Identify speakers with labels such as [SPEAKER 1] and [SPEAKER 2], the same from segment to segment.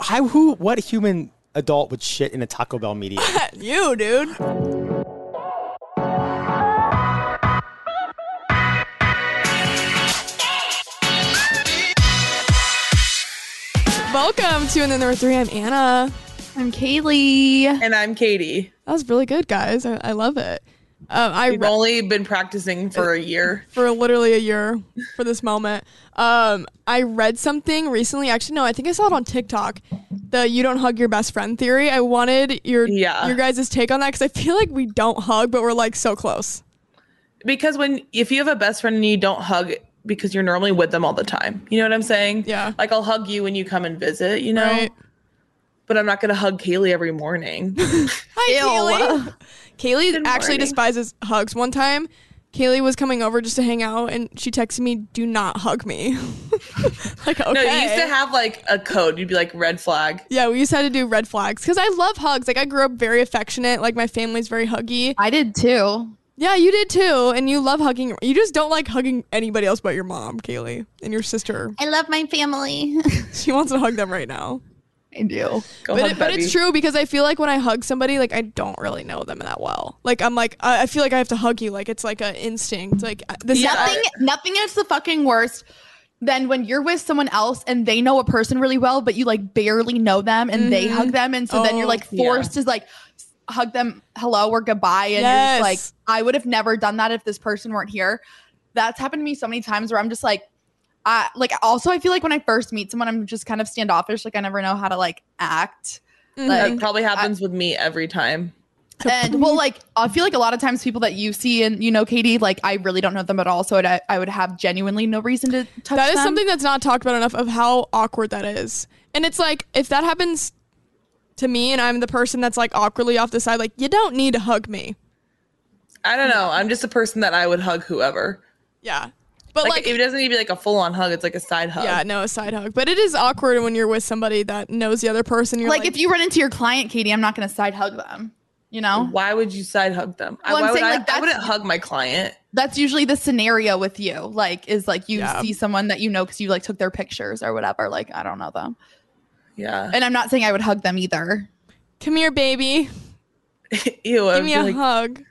[SPEAKER 1] How, who, what human adult would shit in a Taco Bell media?
[SPEAKER 2] you, dude. Welcome to In the North 3. I'm Anna.
[SPEAKER 3] I'm Kaylee.
[SPEAKER 2] And I'm Katie.
[SPEAKER 3] That was really good, guys. I, I love it. Um, I
[SPEAKER 2] We've
[SPEAKER 3] re-
[SPEAKER 2] only been practicing for a year.
[SPEAKER 3] for literally a year for this moment. Um, I read something recently. Actually, no, I think I saw it on TikTok. The "you don't hug your best friend" theory. I wanted your
[SPEAKER 2] Yeah.
[SPEAKER 3] your guys' take on that because I feel like we don't hug, but we're like so close.
[SPEAKER 2] Because when, if you have a best friend and you don't hug because you're normally with them all the time, you know what I'm saying?
[SPEAKER 3] Yeah.
[SPEAKER 2] Like I'll hug you when you come and visit, you know?
[SPEAKER 3] Right?
[SPEAKER 2] But I'm not going to hug Kaylee every morning.
[SPEAKER 3] Hi, Kaylee. Kaylee
[SPEAKER 2] Good
[SPEAKER 3] actually
[SPEAKER 2] morning.
[SPEAKER 3] despises hugs. One time, Kaylee was coming over just to hang out, and she texted me, "Do not hug me." like okay.
[SPEAKER 2] No, you used to have like a code. You'd be like red flag.
[SPEAKER 3] Yeah, we used to have to do red flags because I love hugs. Like I grew up very affectionate. Like my family's very huggy.
[SPEAKER 4] I did too.
[SPEAKER 3] Yeah, you did too, and you love hugging. You just don't like hugging anybody else but your mom, Kaylee, and your sister.
[SPEAKER 4] I love my family.
[SPEAKER 3] She wants to hug them right now.
[SPEAKER 4] I do.
[SPEAKER 2] Go
[SPEAKER 3] But,
[SPEAKER 2] hug
[SPEAKER 3] it, but
[SPEAKER 2] Bevy.
[SPEAKER 3] it's true because I feel like when I hug somebody, like I don't really know them that well. Like I'm like I, I feel like I have to hug you. Like it's like an instinct. Like I- this.
[SPEAKER 2] Yeah.
[SPEAKER 3] Is,
[SPEAKER 4] Nothing nothing is the fucking worst than when you're with someone else and they know a person really well, but you like barely know them and they
[SPEAKER 3] Mhm.
[SPEAKER 4] hug them. And so then
[SPEAKER 3] Oh,
[SPEAKER 4] you're like
[SPEAKER 2] yeah.
[SPEAKER 4] forced to like s- hug them hello or goodbye. And
[SPEAKER 3] Yes.
[SPEAKER 4] you're just like, I would have never done that if this person weren't here. That's happened to me so many times where I'm just like, I like also I feel like when I first meet someone, I'm just kind of standoffish. Like I never know how to like act.
[SPEAKER 3] Mhm.
[SPEAKER 2] That probably happens with me every time.
[SPEAKER 4] and well like i feel like a lot of times people that you see and you know katie like i really don't know them at all so i, I would have genuinely no reason to touch
[SPEAKER 3] That is
[SPEAKER 4] them.
[SPEAKER 3] something that's not talked about enough of how awkward that is. And it's like if that happens to me and I'm the person that's like awkwardly off the side, like you don't need to hug me.
[SPEAKER 2] I don't know. I'm just a person that I would hug whoever.
[SPEAKER 3] Yeah. But
[SPEAKER 2] Like,
[SPEAKER 3] like,
[SPEAKER 2] it doesn't even be like a full on hug. It's like a side hug.
[SPEAKER 3] yeah, no, a side hug. But it is awkward when you're with somebody that knows the other person. You're
[SPEAKER 4] like,
[SPEAKER 3] like,
[SPEAKER 4] if you run into your client katie i'm not gonna side hug them you know
[SPEAKER 2] Why would you side hug them? I-
[SPEAKER 4] Well, I'm
[SPEAKER 2] why would
[SPEAKER 4] saying,
[SPEAKER 2] I,
[SPEAKER 4] like,
[SPEAKER 2] I
[SPEAKER 4] that's-
[SPEAKER 2] wouldn't hug my client.
[SPEAKER 4] that's usually the scenario with you like is like you
[SPEAKER 3] Yeah.
[SPEAKER 4] see someone that you know because you like took their pictures or whatever like i don't know them
[SPEAKER 2] Yeah.
[SPEAKER 4] and i'm not saying i would hug them either
[SPEAKER 3] come here, baby,
[SPEAKER 2] Ew. I'd
[SPEAKER 3] give me
[SPEAKER 2] be
[SPEAKER 3] a
[SPEAKER 2] like,
[SPEAKER 3] hug.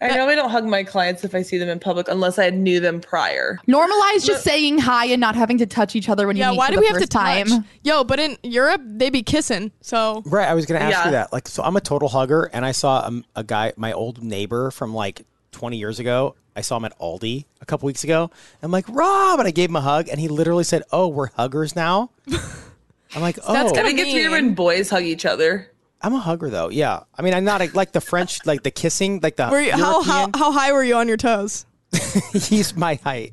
[SPEAKER 2] I normally don't hug my clients if I see them in public unless I knew them prior.
[SPEAKER 4] normalize
[SPEAKER 2] Look-
[SPEAKER 4] just saying hi and not having to touch each other when
[SPEAKER 3] Yeah,
[SPEAKER 4] you meet
[SPEAKER 3] why
[SPEAKER 4] for
[SPEAKER 3] do
[SPEAKER 4] the
[SPEAKER 3] we have to
[SPEAKER 4] first time
[SPEAKER 3] touch? Yo, but in Europe they be kissing. So
[SPEAKER 1] Right, I was gonna ask
[SPEAKER 2] Yeah.
[SPEAKER 1] you that. Like, so I'm a total hugger, and I saw um, a guy, my old neighbor from like 20 years ago. I saw him at Aldi a couple weeks ago. I'm like, Rob, and I gave him a hug, and he literally said, "Oh, we're huggers now." I'm like, oh,
[SPEAKER 3] That's
[SPEAKER 2] I
[SPEAKER 3] kinda-
[SPEAKER 2] think it's weird
[SPEAKER 3] mean.
[SPEAKER 2] when boys hug each other.
[SPEAKER 1] I'm a hugger though. Yeah, I mean, I'm not a, like the French, like the kissing, like the
[SPEAKER 3] were you, how, how
[SPEAKER 1] European-
[SPEAKER 3] how high were you on your toes?
[SPEAKER 1] he's my height.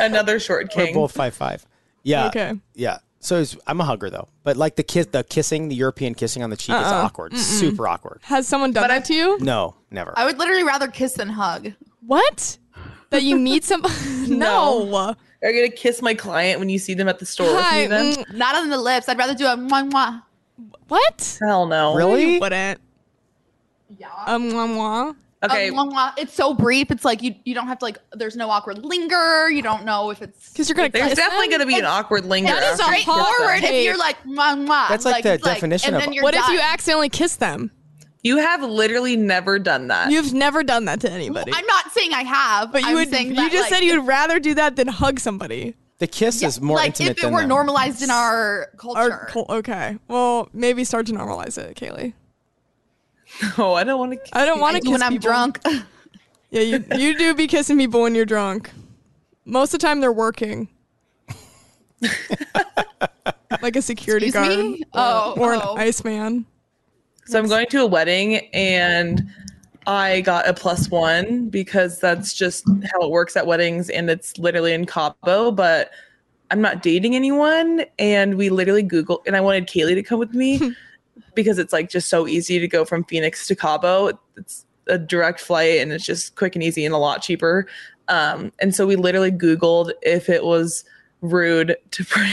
[SPEAKER 2] Another short
[SPEAKER 1] We're
[SPEAKER 2] king.
[SPEAKER 1] both five five. Yeah.
[SPEAKER 3] Okay.
[SPEAKER 1] Yeah. So it's, I'm a hugger though, but like the kiss, the kissing, the European kissing on the cheek is awkward, super awkward.
[SPEAKER 3] Has someone done that to you?
[SPEAKER 1] No, never.
[SPEAKER 4] i would literally rather kiss than hug
[SPEAKER 3] What? That you meet some? no.
[SPEAKER 2] Are you gonna kiss my client when you see them at the store
[SPEAKER 3] Hi.
[SPEAKER 2] with me then?
[SPEAKER 3] mm,
[SPEAKER 4] not on the lips i'd rather do a mwah mwah
[SPEAKER 3] what?
[SPEAKER 2] Hell no.
[SPEAKER 1] really?
[SPEAKER 3] You wouldn't.
[SPEAKER 4] yeah
[SPEAKER 3] Um, wah, wah.
[SPEAKER 2] Okay.
[SPEAKER 4] Um, wah, wah. it's so brief. It's like you you don't have to like. There's no awkward linger. You don't know if it's
[SPEAKER 3] Because you're gonna.
[SPEAKER 2] There's
[SPEAKER 3] kiss
[SPEAKER 2] definitely
[SPEAKER 3] them?
[SPEAKER 2] gonna be an awkward linger.
[SPEAKER 3] That is
[SPEAKER 2] after
[SPEAKER 3] a
[SPEAKER 2] you kiss them.
[SPEAKER 3] hard-
[SPEAKER 4] forward if
[SPEAKER 3] Hey.
[SPEAKER 4] you're like mwah, mwah.
[SPEAKER 1] That's like the
[SPEAKER 4] it's
[SPEAKER 1] definition
[SPEAKER 4] and
[SPEAKER 1] of-
[SPEAKER 4] then you're
[SPEAKER 3] What if
[SPEAKER 4] done.
[SPEAKER 3] you accidentally kiss them?
[SPEAKER 2] You have literally never done that.
[SPEAKER 3] You've never done that to anybody.
[SPEAKER 4] I'm not saying Uh, I have,
[SPEAKER 3] but
[SPEAKER 4] I'm
[SPEAKER 3] you would.
[SPEAKER 4] saying
[SPEAKER 3] You
[SPEAKER 4] that,
[SPEAKER 3] just
[SPEAKER 4] like,
[SPEAKER 3] said you'd rather do that than hug somebody.
[SPEAKER 1] The kiss is more
[SPEAKER 4] like
[SPEAKER 1] intimate
[SPEAKER 4] if it
[SPEAKER 1] than
[SPEAKER 4] were
[SPEAKER 1] that.
[SPEAKER 4] normalized in our culture.
[SPEAKER 3] Or, col- okay. Well, maybe start to normalize it, Kaylee.
[SPEAKER 2] no, Oh, I don't want to.
[SPEAKER 3] I don't want to kiss
[SPEAKER 4] when I'm
[SPEAKER 3] people.
[SPEAKER 4] drunk.
[SPEAKER 3] Yeah, you, you do be kissing people when you're drunk. Most of the time, they're working. like a security
[SPEAKER 4] Excuse
[SPEAKER 3] guard
[SPEAKER 4] me?
[SPEAKER 3] or,
[SPEAKER 4] Oh,
[SPEAKER 3] or an
[SPEAKER 4] oh.
[SPEAKER 3] iceman.
[SPEAKER 2] So I'm going to a wedding and I got a plus one because that's just how it works at weddings and it's literally in Cabo, but I'm not dating anyone and we literally Google and I wanted Kaylee to come with me because it's like just so easy to go from Phoenix to Cabo. It's a direct flight and it's just quick and easy and a lot cheaper. Um, and so we literally Googled if it was rude to bring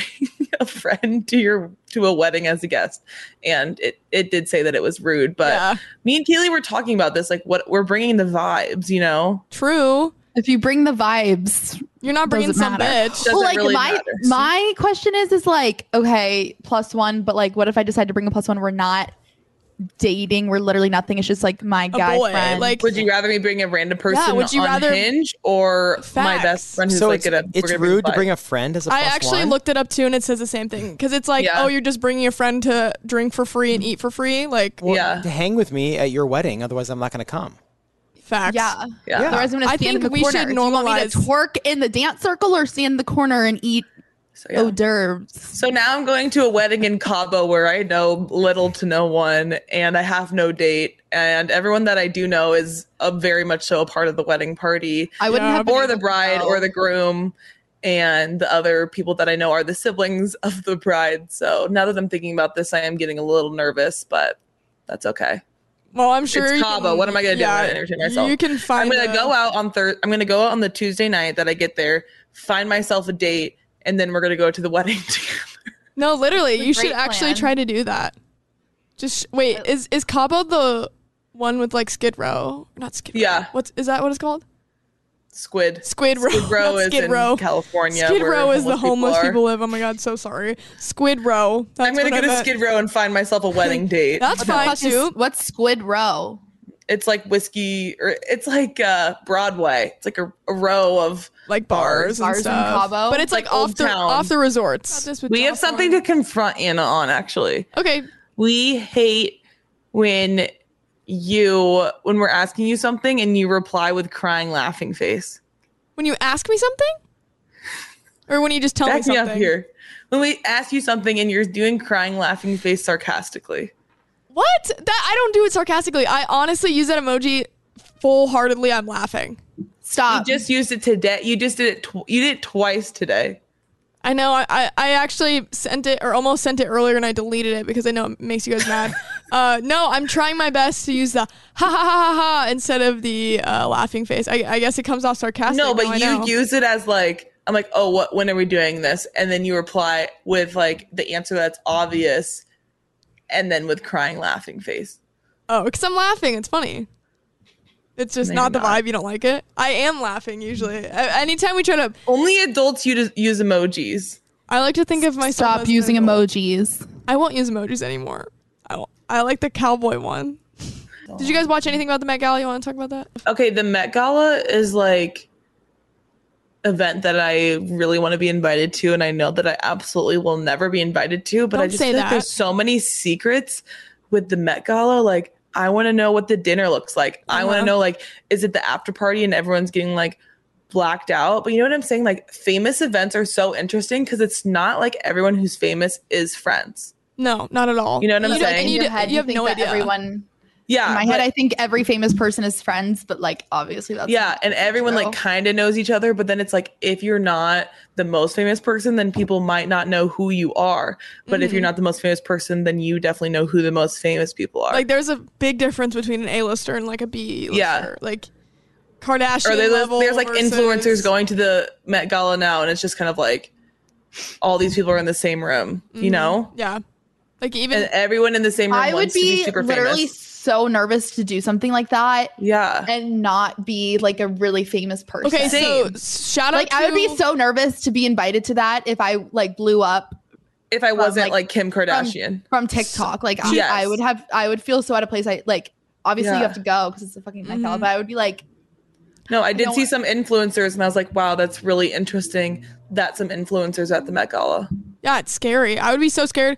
[SPEAKER 2] a friend to your to a wedding as a guest and it it did say that it was rude but
[SPEAKER 3] yeah,
[SPEAKER 2] me and Keely were talking about this like what we're bringing the vibes you know
[SPEAKER 3] true.
[SPEAKER 4] if you bring the vibes,
[SPEAKER 3] You're not bringing
[SPEAKER 4] Doesn't
[SPEAKER 3] some
[SPEAKER 4] matter.
[SPEAKER 3] bitch.
[SPEAKER 2] Doesn't
[SPEAKER 4] well, like
[SPEAKER 2] really
[SPEAKER 4] my
[SPEAKER 2] matter.
[SPEAKER 4] my question is is like okay plus one, but like what if I decide to bring a plus one? We're not dating. We're literally nothing. It's just like my guy
[SPEAKER 3] boy,
[SPEAKER 4] friend.
[SPEAKER 3] like-
[SPEAKER 2] would you rather me bring a random person
[SPEAKER 3] would you
[SPEAKER 2] on
[SPEAKER 3] rather-
[SPEAKER 2] hinge or my
[SPEAKER 3] Facts.
[SPEAKER 2] best friend who's
[SPEAKER 1] So
[SPEAKER 2] like
[SPEAKER 1] it's,
[SPEAKER 2] gonna,
[SPEAKER 1] it's
[SPEAKER 2] we're gonna
[SPEAKER 1] rude to
[SPEAKER 2] vibes?
[SPEAKER 1] bring a friend as a
[SPEAKER 3] I
[SPEAKER 1] plus
[SPEAKER 3] actually
[SPEAKER 1] one?
[SPEAKER 3] looked it up too, and it says the same thing because it's like,
[SPEAKER 2] Yeah.
[SPEAKER 3] oh, you're just bringing a friend to drink for free and eat for free. Like,
[SPEAKER 1] Well,
[SPEAKER 2] Yeah.
[SPEAKER 1] to hang with me at your wedding. Otherwise, I'm not going to come.
[SPEAKER 3] facts.
[SPEAKER 4] yeah.
[SPEAKER 2] yeah,
[SPEAKER 1] Yeah.
[SPEAKER 4] Otherwise, I'm gonna
[SPEAKER 3] I
[SPEAKER 4] stand in
[SPEAKER 3] think
[SPEAKER 4] the
[SPEAKER 3] we
[SPEAKER 4] corner.
[SPEAKER 3] should
[SPEAKER 4] Do you want me
[SPEAKER 3] normalize-
[SPEAKER 4] to twerk in the dance circle or stand in the corner and eat
[SPEAKER 2] So, yeah.
[SPEAKER 4] hors d'oeuvres?
[SPEAKER 2] so now I'm going to a wedding in Cabo where I know little to no one and I have no date and everyone that I do know is a very much so a part of the wedding party
[SPEAKER 4] I wouldn't
[SPEAKER 3] Yeah,
[SPEAKER 4] have been
[SPEAKER 2] or the
[SPEAKER 4] able to
[SPEAKER 2] bride
[SPEAKER 4] go.
[SPEAKER 2] or the groom and the other people that i know are the siblings of the bride so now that i'm thinking about this i am getting a little nervous but that's okay
[SPEAKER 3] Well, I'm sure. you
[SPEAKER 2] Cabo. What am I gonna do? I'm gonna entertain myself.
[SPEAKER 3] You can find.
[SPEAKER 2] i'm gonna
[SPEAKER 3] a-
[SPEAKER 2] go out on third i'm gonna go out on the tuesday night that i get there find myself a date and then we're gonna go to the wedding together.
[SPEAKER 3] No, literally,
[SPEAKER 4] a
[SPEAKER 3] you should
[SPEAKER 4] great
[SPEAKER 3] actually
[SPEAKER 4] plan.
[SPEAKER 3] try to do that. Just sh- wait. Is is Cabo the one with like Skid Row? Not Skid. Row.
[SPEAKER 2] Yeah.
[SPEAKER 3] What's is that? What it's called?
[SPEAKER 2] squid
[SPEAKER 3] Squid Row.
[SPEAKER 2] Skid Row
[SPEAKER 3] not
[SPEAKER 2] is
[SPEAKER 3] Skid
[SPEAKER 2] in
[SPEAKER 3] Row.
[SPEAKER 2] California.
[SPEAKER 3] Skid
[SPEAKER 2] where
[SPEAKER 3] Row is the homeless people,
[SPEAKER 2] are.
[SPEAKER 3] live. Oh my god, so sorry. Squid Row. That's
[SPEAKER 2] I'm gonna
[SPEAKER 3] what
[SPEAKER 2] go to
[SPEAKER 3] meant.
[SPEAKER 2] Skid Row and find myself a wedding date.
[SPEAKER 3] That's fine
[SPEAKER 4] What's-
[SPEAKER 3] too.
[SPEAKER 4] What's Squid Row?
[SPEAKER 2] it's like whiskey, or it's like uh, Broadway. It's like a, a row of
[SPEAKER 3] Like bars,
[SPEAKER 4] Bars
[SPEAKER 3] and
[SPEAKER 4] in
[SPEAKER 3] stuff.
[SPEAKER 4] Cabo?
[SPEAKER 3] but it's like,
[SPEAKER 2] Like
[SPEAKER 3] off
[SPEAKER 2] Old
[SPEAKER 3] the
[SPEAKER 2] Town.
[SPEAKER 3] off the resorts.
[SPEAKER 2] We have something to confront Anna on actually.
[SPEAKER 3] Okay,
[SPEAKER 2] We hate when you when we're asking you something and you reply with crying laughing face.
[SPEAKER 3] when you ask me something, or when you just tell me
[SPEAKER 2] Back me
[SPEAKER 3] something.
[SPEAKER 2] up here. When we ask you something and you're doing crying laughing face sarcastically.
[SPEAKER 3] What? That I don't do it sarcastically. I honestly use that emoji full heartedly. I'm laughing.
[SPEAKER 4] Stop.
[SPEAKER 2] you just used it today. You just did it tw- you did it twice today.
[SPEAKER 3] I know. I, I, I actually sent it or almost sent it earlier and I deleted it because I know it makes you guys mad. uh, no, I'm trying my best to use the ha ha ha ha ha instead of the uh, laughing face. I, I guess it comes off sarcastic.
[SPEAKER 2] No,
[SPEAKER 3] now
[SPEAKER 2] but
[SPEAKER 3] I
[SPEAKER 2] you
[SPEAKER 3] know.
[SPEAKER 2] use it as like I'm like, "Oh, what when are we doing this?" and then you reply with like the answer that's obvious and then with crying laughing face.
[SPEAKER 3] Oh, because I'm laughing. It's funny. It's just
[SPEAKER 2] No,
[SPEAKER 3] not the
[SPEAKER 2] you're not.
[SPEAKER 3] vibe. You don't like it. I am laughing usually. A- Anytime we try to,
[SPEAKER 2] Only adults use use emojis.
[SPEAKER 3] I like to think of myself.
[SPEAKER 4] Stop
[SPEAKER 3] as an
[SPEAKER 4] using
[SPEAKER 3] adult.
[SPEAKER 4] emojis.
[SPEAKER 3] I won't use emojis anymore. I, won't- I like the cowboy one. Did you guys watch anything about the Met Gala? You want to talk about that?
[SPEAKER 2] Okay, the Met Gala is like event that I really want to be invited to, and I know that I absolutely will never be invited to. But I
[SPEAKER 3] Don't
[SPEAKER 2] just
[SPEAKER 3] say
[SPEAKER 2] feel
[SPEAKER 3] that.
[SPEAKER 2] like there's so many secrets with the Met Gala. Like I want to know what the dinner looks like. I want
[SPEAKER 3] Uh-huh.
[SPEAKER 2] to know like is it the after party and everyone's getting like blacked out? But you know what I'm saying? Like famous events are so interesting because it's not like everyone who's famous is friends.
[SPEAKER 3] No, not at all.
[SPEAKER 2] You know what I'm
[SPEAKER 3] you
[SPEAKER 4] You don't-
[SPEAKER 2] saying?
[SPEAKER 4] in
[SPEAKER 3] you
[SPEAKER 4] your
[SPEAKER 3] d-
[SPEAKER 4] head,
[SPEAKER 3] you have
[SPEAKER 4] think
[SPEAKER 3] no
[SPEAKER 4] that
[SPEAKER 3] idea.
[SPEAKER 4] Everyone
[SPEAKER 2] Yeah,
[SPEAKER 4] in my
[SPEAKER 2] but-
[SPEAKER 4] head, I think every famous person is friends, but like obviously that's
[SPEAKER 2] yeah
[SPEAKER 4] not
[SPEAKER 2] and everyone
[SPEAKER 4] true.
[SPEAKER 2] like kind of knows each other but then it's like if you're not the most famous person then people might not know who you are but if
[SPEAKER 4] Mm-hmm.
[SPEAKER 2] you're not the most famous person then you definitely know who the most famous people are
[SPEAKER 3] Like there's a big difference between an A-lister and like a B-lister.
[SPEAKER 2] Yeah.
[SPEAKER 3] Like Kardashian
[SPEAKER 2] or there's,
[SPEAKER 3] level
[SPEAKER 2] there's like
[SPEAKER 3] versus-
[SPEAKER 2] influencers going to the met gala now and it's just kind of like all these people are in the same room you know
[SPEAKER 3] Mm-hmm. Yeah. Like even
[SPEAKER 2] and everyone in the same room
[SPEAKER 4] Mm-hmm. I would
[SPEAKER 2] wants to
[SPEAKER 4] be
[SPEAKER 2] be super
[SPEAKER 4] literally
[SPEAKER 2] famous
[SPEAKER 4] so nervous to do something like that
[SPEAKER 2] yeah
[SPEAKER 4] and not be like a really famous person.
[SPEAKER 3] Okay,
[SPEAKER 2] Same.
[SPEAKER 3] so shout
[SPEAKER 4] like
[SPEAKER 3] out
[SPEAKER 4] I would be
[SPEAKER 3] to-
[SPEAKER 4] so nervous to be invited to that if I like blew up
[SPEAKER 2] if i wasn't
[SPEAKER 4] like,
[SPEAKER 2] like, kim kardashian
[SPEAKER 4] from TikTok. Like I,
[SPEAKER 2] Yes.
[SPEAKER 4] I would have I would feel so out of place. I like obviously you
[SPEAKER 2] Yeah.
[SPEAKER 4] have to go because it's a fucking nightclub.
[SPEAKER 3] Mhm.
[SPEAKER 4] But I would be like,
[SPEAKER 2] No, I did
[SPEAKER 4] know
[SPEAKER 2] see
[SPEAKER 4] what-
[SPEAKER 2] some influencers and I was like, wow, that's really interesting that some influencers at the Met Gala.
[SPEAKER 3] Yeah, it's scary. I would be so scared.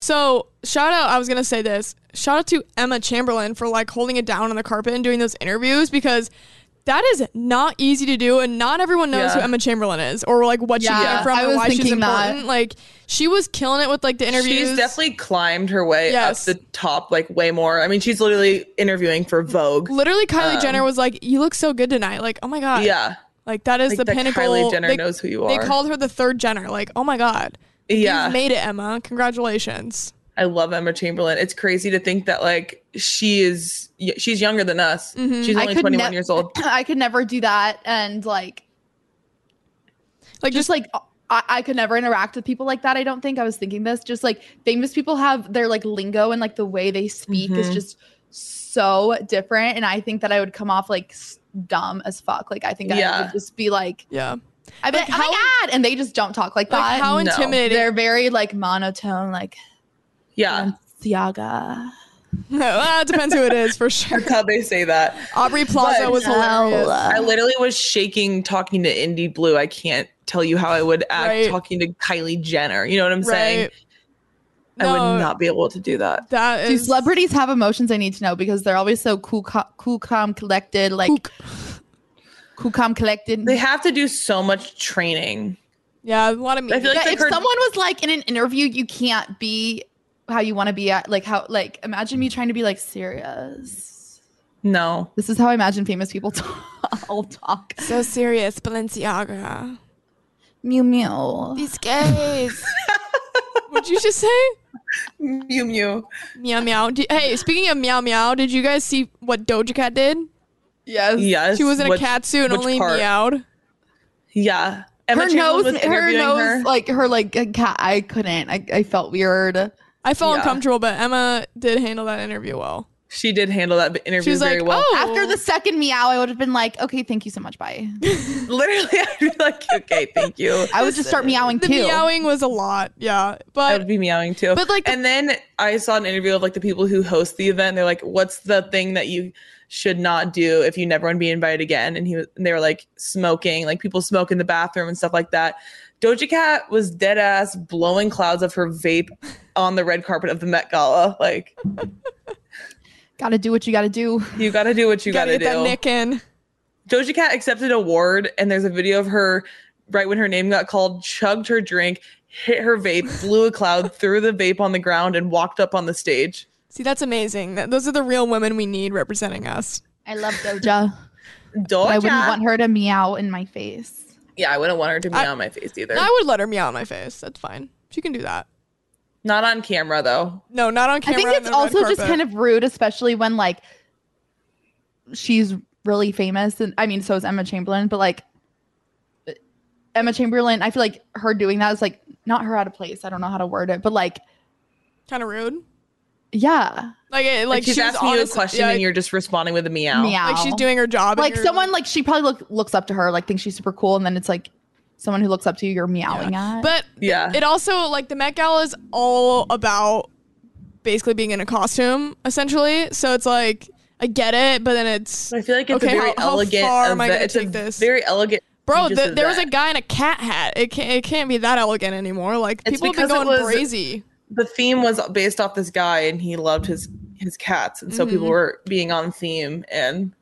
[SPEAKER 3] So shout out. I was gonna say this. Shout out to Emma Chamberlain for like holding it down on the carpet and doing those interviews because that is not easy to do, and not everyone knows
[SPEAKER 2] Yeah.
[SPEAKER 3] who Emma Chamberlain is or like what she
[SPEAKER 4] Yeah,
[SPEAKER 3] came from
[SPEAKER 4] I
[SPEAKER 3] or
[SPEAKER 4] was
[SPEAKER 3] why she's
[SPEAKER 4] thinking that.
[SPEAKER 3] important. Like she was killing it with like the interviews.
[SPEAKER 2] She's definitely climbed her way
[SPEAKER 3] Yes.
[SPEAKER 2] up the top, like way more. I mean, she's literally interviewing for Vogue.
[SPEAKER 3] Literally, Kylie Jenner was like, "You look so good tonight." Like, oh my god.
[SPEAKER 2] um, Yeah.
[SPEAKER 3] Like that is
[SPEAKER 2] Like
[SPEAKER 3] the
[SPEAKER 2] that
[SPEAKER 3] pinnacle.
[SPEAKER 2] Kylie Jenner
[SPEAKER 3] they,
[SPEAKER 2] knows who you
[SPEAKER 3] They
[SPEAKER 2] are.
[SPEAKER 3] called her the third Jenner. Like, oh my god.
[SPEAKER 2] Yeah.
[SPEAKER 3] You've made it, Emma. Congratulations.
[SPEAKER 2] I love Emma Chamberlain. It's crazy to think that like she is y- she's younger than us.
[SPEAKER 3] Mm-hmm.
[SPEAKER 2] She's
[SPEAKER 4] I
[SPEAKER 2] only
[SPEAKER 4] could
[SPEAKER 2] 21
[SPEAKER 4] nev-
[SPEAKER 2] years old.
[SPEAKER 4] I could never do that, and like
[SPEAKER 3] Like
[SPEAKER 4] just like I, I could never interact with people like that. I don't think I was thinking this. Just like famous people have their like lingo and like the way they speak is
[SPEAKER 2] Mhm.
[SPEAKER 4] just so different. And I think that I would come off like s- dumb as fuck. Like I think I
[SPEAKER 2] Yeah.
[SPEAKER 4] would just be like,
[SPEAKER 3] yeah.
[SPEAKER 4] I bet
[SPEAKER 3] Like,
[SPEAKER 4] oh
[SPEAKER 3] how-
[SPEAKER 4] my god, and they just don't talk like that.
[SPEAKER 3] Like how
[SPEAKER 2] No.
[SPEAKER 3] intimidating.
[SPEAKER 4] They're very like monotone, like
[SPEAKER 2] Yeah.
[SPEAKER 4] Thiaga.
[SPEAKER 3] well, it depends who it is for sure.
[SPEAKER 2] That's how they say that.
[SPEAKER 3] Aubrey Plaza
[SPEAKER 2] But
[SPEAKER 3] was hilarious.
[SPEAKER 2] I literally was shaking talking to Indie Blue. I can't tell you how I would act
[SPEAKER 3] Right.
[SPEAKER 2] talking to Kylie Jenner. You know what I'm saying?
[SPEAKER 3] Right.
[SPEAKER 2] I
[SPEAKER 3] No.
[SPEAKER 2] would not be able to do that.
[SPEAKER 3] That
[SPEAKER 4] Do
[SPEAKER 3] is
[SPEAKER 4] celebrities have emotions? I need to know because they're always so cool, co- cool, calm, collected. Like
[SPEAKER 3] Kook.
[SPEAKER 4] cool, calm, collected.
[SPEAKER 2] They have to do so much training.
[SPEAKER 3] Yeah, a lot of me.
[SPEAKER 2] I feel like
[SPEAKER 4] Yeah,
[SPEAKER 2] the
[SPEAKER 4] if
[SPEAKER 2] cur-
[SPEAKER 4] someone was like in an interview, you can't be how you want to be at. Like how, like imagine me trying to be like serious.
[SPEAKER 2] no.
[SPEAKER 4] This is how I imagine famous people talk. all talk.
[SPEAKER 3] so serious, Balenciaga.
[SPEAKER 4] Mew mew.
[SPEAKER 3] These gays. Would you just say
[SPEAKER 2] Mew Mew.
[SPEAKER 3] meow meow? Di- hey, speaking of meow meow, did you guys see what Doja Cat did?
[SPEAKER 4] Yes.
[SPEAKER 2] Yes.
[SPEAKER 3] She was in a
[SPEAKER 2] Which-
[SPEAKER 3] cat suit and
[SPEAKER 2] which
[SPEAKER 3] only
[SPEAKER 2] part?
[SPEAKER 3] meowed.
[SPEAKER 2] Yeah.
[SPEAKER 4] Her
[SPEAKER 2] Chamberlain
[SPEAKER 4] nose,
[SPEAKER 2] was
[SPEAKER 4] her
[SPEAKER 2] interviewing
[SPEAKER 4] nose, like her, like a cat. I couldn't. I, I felt weird.
[SPEAKER 3] I felt
[SPEAKER 2] Yeah.
[SPEAKER 3] uncomfortable, but Emma did handle that interview well.
[SPEAKER 2] she did handle that interview
[SPEAKER 3] She was
[SPEAKER 2] very
[SPEAKER 3] like,
[SPEAKER 2] well.
[SPEAKER 3] "Oh,
[SPEAKER 4] After the second meow, I would have been like, okay, thank you so much. Bye.
[SPEAKER 3] "Oh."
[SPEAKER 2] Literally, I'd be like, okay, thank you.
[SPEAKER 4] I would just start meowing
[SPEAKER 3] the
[SPEAKER 4] too.
[SPEAKER 3] meowing was a lot. Yeah,
[SPEAKER 2] I
[SPEAKER 3] but
[SPEAKER 2] would be meowing too.
[SPEAKER 3] but, like, the-
[SPEAKER 2] and then I saw an interview of like the people who host the event. They're like, "What's the thing that you should not do if you never want to be invited again?" And he was, and they were like smoking, like people smoke in the bathroom and stuff like that. Doja Cat was dead ass blowing clouds of her vape on the red carpet of the Met Gala. Like,
[SPEAKER 4] Gotta do what you gotta do.
[SPEAKER 2] you got to do what you got
[SPEAKER 3] gotta
[SPEAKER 2] to
[SPEAKER 3] get that
[SPEAKER 2] do.
[SPEAKER 3] nick in.
[SPEAKER 2] Doja Cat accepted an award, and there's a video of her right when her name got called, chugged her drink, hit her vape, blew a cloud, threw the vape on the ground, and walked up on the stage.
[SPEAKER 3] See, that's amazing. That, those are the real women we need representing us.
[SPEAKER 4] I love Doja.
[SPEAKER 2] Doja,
[SPEAKER 4] but I wouldn't want her to meow in my face.
[SPEAKER 2] yeah, I wouldn't want her to be
[SPEAKER 3] I-
[SPEAKER 2] on my face either.
[SPEAKER 3] I would let her meow in my face. That's fine. She can do that.
[SPEAKER 2] Not on camera though.
[SPEAKER 3] No, not on
[SPEAKER 4] I
[SPEAKER 3] camera.
[SPEAKER 4] think it's also just kind of rude, especially when like she's really famous, and I mean, so is Emma Chamberlain, but like Emma Chamberlain, I feel like her doing that is like not her out of place. I don't know how to word it, but like,
[SPEAKER 3] kind of rude.
[SPEAKER 4] yeah,
[SPEAKER 3] Like, it, like,
[SPEAKER 2] Like she's
[SPEAKER 3] she was
[SPEAKER 2] asking you a
[SPEAKER 3] honest-
[SPEAKER 2] question
[SPEAKER 3] yeah,
[SPEAKER 2] and you're just responding with a meow.
[SPEAKER 4] Meow.
[SPEAKER 3] like she's doing her job. and
[SPEAKER 4] like
[SPEAKER 3] you're-
[SPEAKER 4] someone like she probably look, looks up to her, like thinks she's super cool, and then it's like someone who looks up to you, you're meowing at.
[SPEAKER 3] But
[SPEAKER 2] Yeah.
[SPEAKER 3] it also like the Met Gala is all about basically being in a costume, essentially. So it's like I get it, but then it's
[SPEAKER 2] I feel like it's
[SPEAKER 3] Okay,
[SPEAKER 2] a very
[SPEAKER 3] how- how
[SPEAKER 2] elegant.
[SPEAKER 3] far am
[SPEAKER 2] event-
[SPEAKER 3] I gonna
[SPEAKER 2] it's a
[SPEAKER 3] take this?
[SPEAKER 2] very elegant.
[SPEAKER 3] bro.
[SPEAKER 2] just
[SPEAKER 3] The,
[SPEAKER 2] as
[SPEAKER 3] there was a
[SPEAKER 2] that.
[SPEAKER 3] guy in a cat hat. It can't it can't be that elegant anymore. Like
[SPEAKER 2] It's
[SPEAKER 3] people have been
[SPEAKER 2] because it
[SPEAKER 3] going
[SPEAKER 2] was-
[SPEAKER 3] crazy.
[SPEAKER 2] The theme was based off this guy, and he loved his his cats, and so
[SPEAKER 3] Mm-hmm.
[SPEAKER 2] people were being on theme. And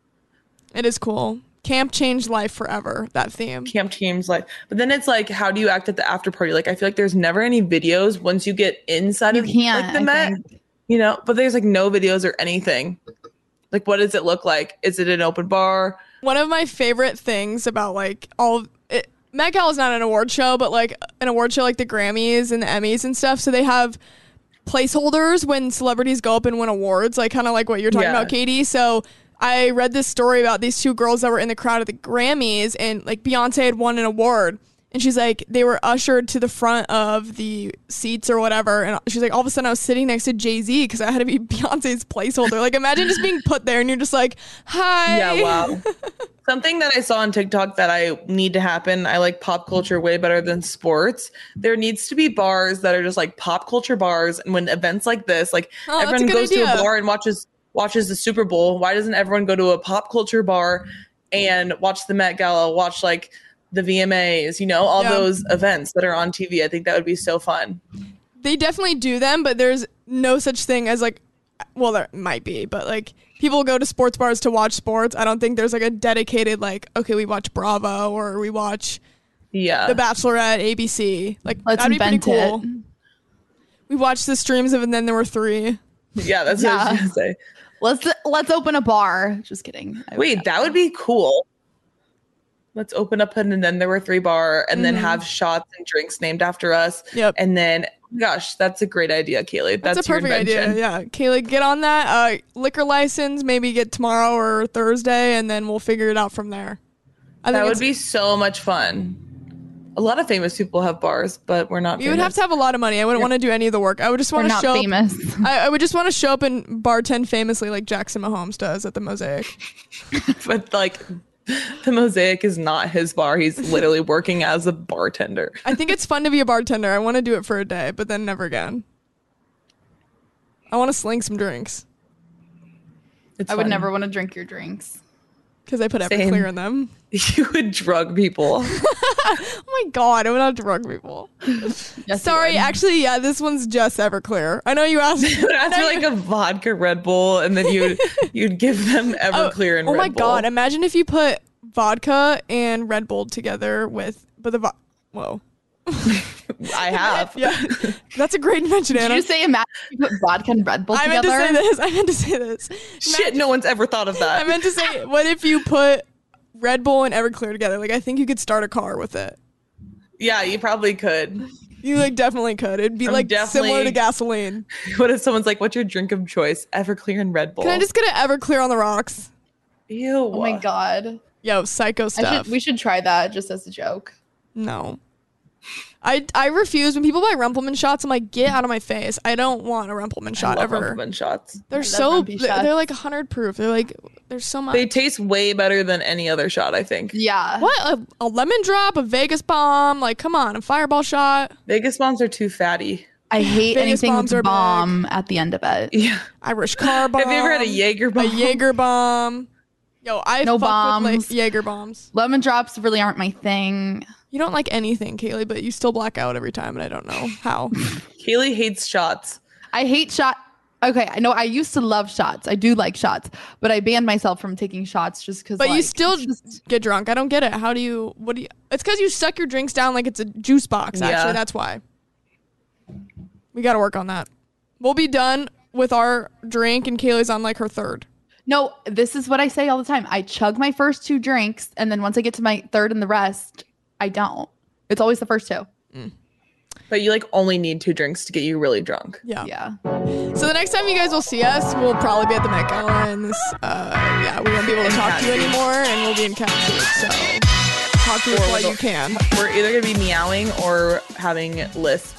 [SPEAKER 3] It is cool. Camp changed life forever. That theme.
[SPEAKER 2] camp teams like, but then it's like, how do you act at the after party? Like, I feel like there's never any videos once you get inside
[SPEAKER 4] you
[SPEAKER 2] of
[SPEAKER 4] can't.
[SPEAKER 2] like, the
[SPEAKER 4] I
[SPEAKER 2] Met.
[SPEAKER 4] think.
[SPEAKER 2] you know but there's like no videos or anything like what does it look like is it an open bar
[SPEAKER 3] One of my favorite things about like all it, Met Gala is not an award show, but like an award show like the Grammys and the Emmys and stuff. So they have placeholders when celebrities go up and win awards, like kind of like what you're talking
[SPEAKER 2] Yeah.
[SPEAKER 3] about, Katie. So I read this story about these two girls that were in the crowd at the Grammys, and like Beyonce had won an award. And she's like, they were ushered to the front of the seats or whatever. And she's like, all of a sudden I was sitting next to Jay Z because I had to be Beyonce's placeholder. Like, imagine just being put there and you're just like, hi.
[SPEAKER 2] yeah wow something that i saw on tiktok that i need to happen i like pop culture way better than sports there needs to be bars that are just like pop culture bars and when events like this like
[SPEAKER 3] Oh, that's a
[SPEAKER 2] everyone
[SPEAKER 3] good
[SPEAKER 2] goes to a
[SPEAKER 3] idea.
[SPEAKER 2] bar and watches watches the super bowl why doesn't everyone go to a pop culture bar and watch the met gala watch like the vmas you know all
[SPEAKER 3] Yeah.
[SPEAKER 2] those events that are on tv i think that would be so fun
[SPEAKER 3] they definitely do them, but there's no such thing as like, well, there might be, but like people go to sports bars to watch sports. I don't think there's like a dedicated like, okay, we watch Bravo or we watch
[SPEAKER 2] yeah
[SPEAKER 3] The Bachelorette, ABC. Like
[SPEAKER 4] Let's
[SPEAKER 3] that'd be pretty
[SPEAKER 4] invent it.
[SPEAKER 3] cool. We watched the streams of, and then there were three.
[SPEAKER 2] yeah that's what i was
[SPEAKER 4] Yeah.
[SPEAKER 2] gonna say
[SPEAKER 4] Let's let's open a bar. Just kidding. I
[SPEAKER 2] Wait, that would be cool. Let's open up and then there were three bar and then have shots and drinks named after us.
[SPEAKER 3] Mm-hmm. Yep.
[SPEAKER 2] And then oh gosh, that's a great idea, Kaylee. That's,
[SPEAKER 3] That's, a
[SPEAKER 2] your
[SPEAKER 3] perfect idea.
[SPEAKER 2] invention.
[SPEAKER 3] Yeah, Kayla, get on that uh, liquor license. Maybe get tomorrow or Thursday, and then we'll figure it out from there. I
[SPEAKER 2] That
[SPEAKER 3] think
[SPEAKER 2] would
[SPEAKER 3] it's-
[SPEAKER 2] be so much fun. A lot of famous people have bars, but we're not.
[SPEAKER 3] You would have to have a lot of money. I wouldn't want to do any of the work. I would just
[SPEAKER 4] We're
[SPEAKER 3] want to
[SPEAKER 4] not
[SPEAKER 3] show up
[SPEAKER 4] famous.
[SPEAKER 3] I, I would just want to show up and bartend famously like Jackson Mahomes does at the Mosaic.
[SPEAKER 2] have, but like, the mosaic is not his bar. He's literally working as a bartender.
[SPEAKER 3] I think it's fun to be a bartender. I want to do it for a day, but then never again. I want to sling some drinks
[SPEAKER 2] It's
[SPEAKER 4] I would
[SPEAKER 2] fun.
[SPEAKER 4] never want to drink your drinks.
[SPEAKER 3] because I put
[SPEAKER 2] Same.
[SPEAKER 3] Everclear in them.
[SPEAKER 2] You would drug people.
[SPEAKER 3] Oh my god, I would not drug people. Sorry, actually, yeah, this one's just Everclear. I know you asked.
[SPEAKER 2] But after like a vodka Red Bull, and then you'd you'd give them Everclear and
[SPEAKER 3] oh
[SPEAKER 2] Red
[SPEAKER 3] my
[SPEAKER 2] Bull.
[SPEAKER 3] god! Imagine if you put vodka and Red Bull together with, but the vo- whoa,
[SPEAKER 2] I have.
[SPEAKER 3] yeah, that's a great invention,
[SPEAKER 4] Did
[SPEAKER 3] Anna.
[SPEAKER 4] you say imagine if you put vodka and Red Bull
[SPEAKER 3] I meant
[SPEAKER 4] together?
[SPEAKER 3] to say this. I meant to say this.
[SPEAKER 2] Shit, no one's ever thought of that.
[SPEAKER 3] I meant to say, what if you put Red Bull and Everclear together? Like, I think you could start a car with it.
[SPEAKER 2] yeah, you probably could.
[SPEAKER 3] You like definitely could. It'd be
[SPEAKER 2] I'm
[SPEAKER 3] like similar to
[SPEAKER 2] definitely-
[SPEAKER 3] gasoline.
[SPEAKER 2] What if someone's like, "What's your drink of choice?" Everclear and Red Bull.
[SPEAKER 3] Can I just get an Everclear on the rocks?
[SPEAKER 2] Ew.
[SPEAKER 4] Oh my god.
[SPEAKER 3] Yo, psycho
[SPEAKER 4] I
[SPEAKER 3] stuff.
[SPEAKER 4] should, we should try that just as a joke.
[SPEAKER 3] no. I, I refuse when people buy Rumpelman shots. I'm like, get out of my face. I don't want a Rumpelman
[SPEAKER 2] I
[SPEAKER 3] shot
[SPEAKER 2] love
[SPEAKER 3] ever.
[SPEAKER 2] Rumpelmann shots.
[SPEAKER 3] They're
[SPEAKER 4] love
[SPEAKER 3] so
[SPEAKER 4] Rumpy
[SPEAKER 3] they're, they're
[SPEAKER 4] shots.
[SPEAKER 3] like 100 proof. They're like there's so much.
[SPEAKER 2] They taste way better than any other shot. I think.
[SPEAKER 4] Yeah.
[SPEAKER 3] what a, a lemon drop, a Vegas bomb, like come on, a fireball shot.
[SPEAKER 2] Vegas bombs are too fatty.
[SPEAKER 4] I hate
[SPEAKER 3] Vegas
[SPEAKER 4] anything
[SPEAKER 3] bombs are
[SPEAKER 4] with
[SPEAKER 3] back.
[SPEAKER 4] bomb at the end of it.
[SPEAKER 2] Yeah.
[SPEAKER 3] Irish car bomb.
[SPEAKER 2] Have you ever had a Jaeger bomb?
[SPEAKER 3] Um, A Jaeger bomb. Yo, I
[SPEAKER 4] No
[SPEAKER 3] fuck with like
[SPEAKER 4] bombs.
[SPEAKER 3] Jaeger bombs.
[SPEAKER 4] Lemon drops really aren't my thing.
[SPEAKER 3] You don't like anything, Kaylee, but you still black out every time, and I don't know how.
[SPEAKER 2] Kaylee hates shots.
[SPEAKER 4] I hate shot. Okay, I know I used to love shots. I do like shots, but I banned myself from taking shots just because.
[SPEAKER 3] But you
[SPEAKER 4] like,
[SPEAKER 3] still
[SPEAKER 4] it's just-
[SPEAKER 3] get drunk. I don't get it. How do you? What do you? It's because you suck your drinks down like it's a juice box.
[SPEAKER 2] Yeah.
[SPEAKER 3] Actually, that's why. We got to work on that. We'll be done with our drink, and Kaylee's on like her third.
[SPEAKER 4] no. This is what I say all the time. I chug my first two drinks, and then once I get to my third and the rest, I don't. It's always the first two.
[SPEAKER 2] But you like only need two drinks to get you really drunk.
[SPEAKER 3] Yeah.
[SPEAKER 4] Yeah.
[SPEAKER 3] So the next time you guys will see us, we'll probably be at the Met Gala, and this, uh, yeah, we won't be able to talk to you anymore, and we'll be encapsulated. So talk to us while you can.
[SPEAKER 2] We're either gonna be meowing or having lisp.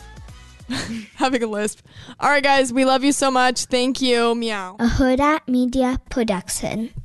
[SPEAKER 3] having a lisp. All right, guys, we love you so much. Thank you. Meow.
[SPEAKER 4] a Huda Media production.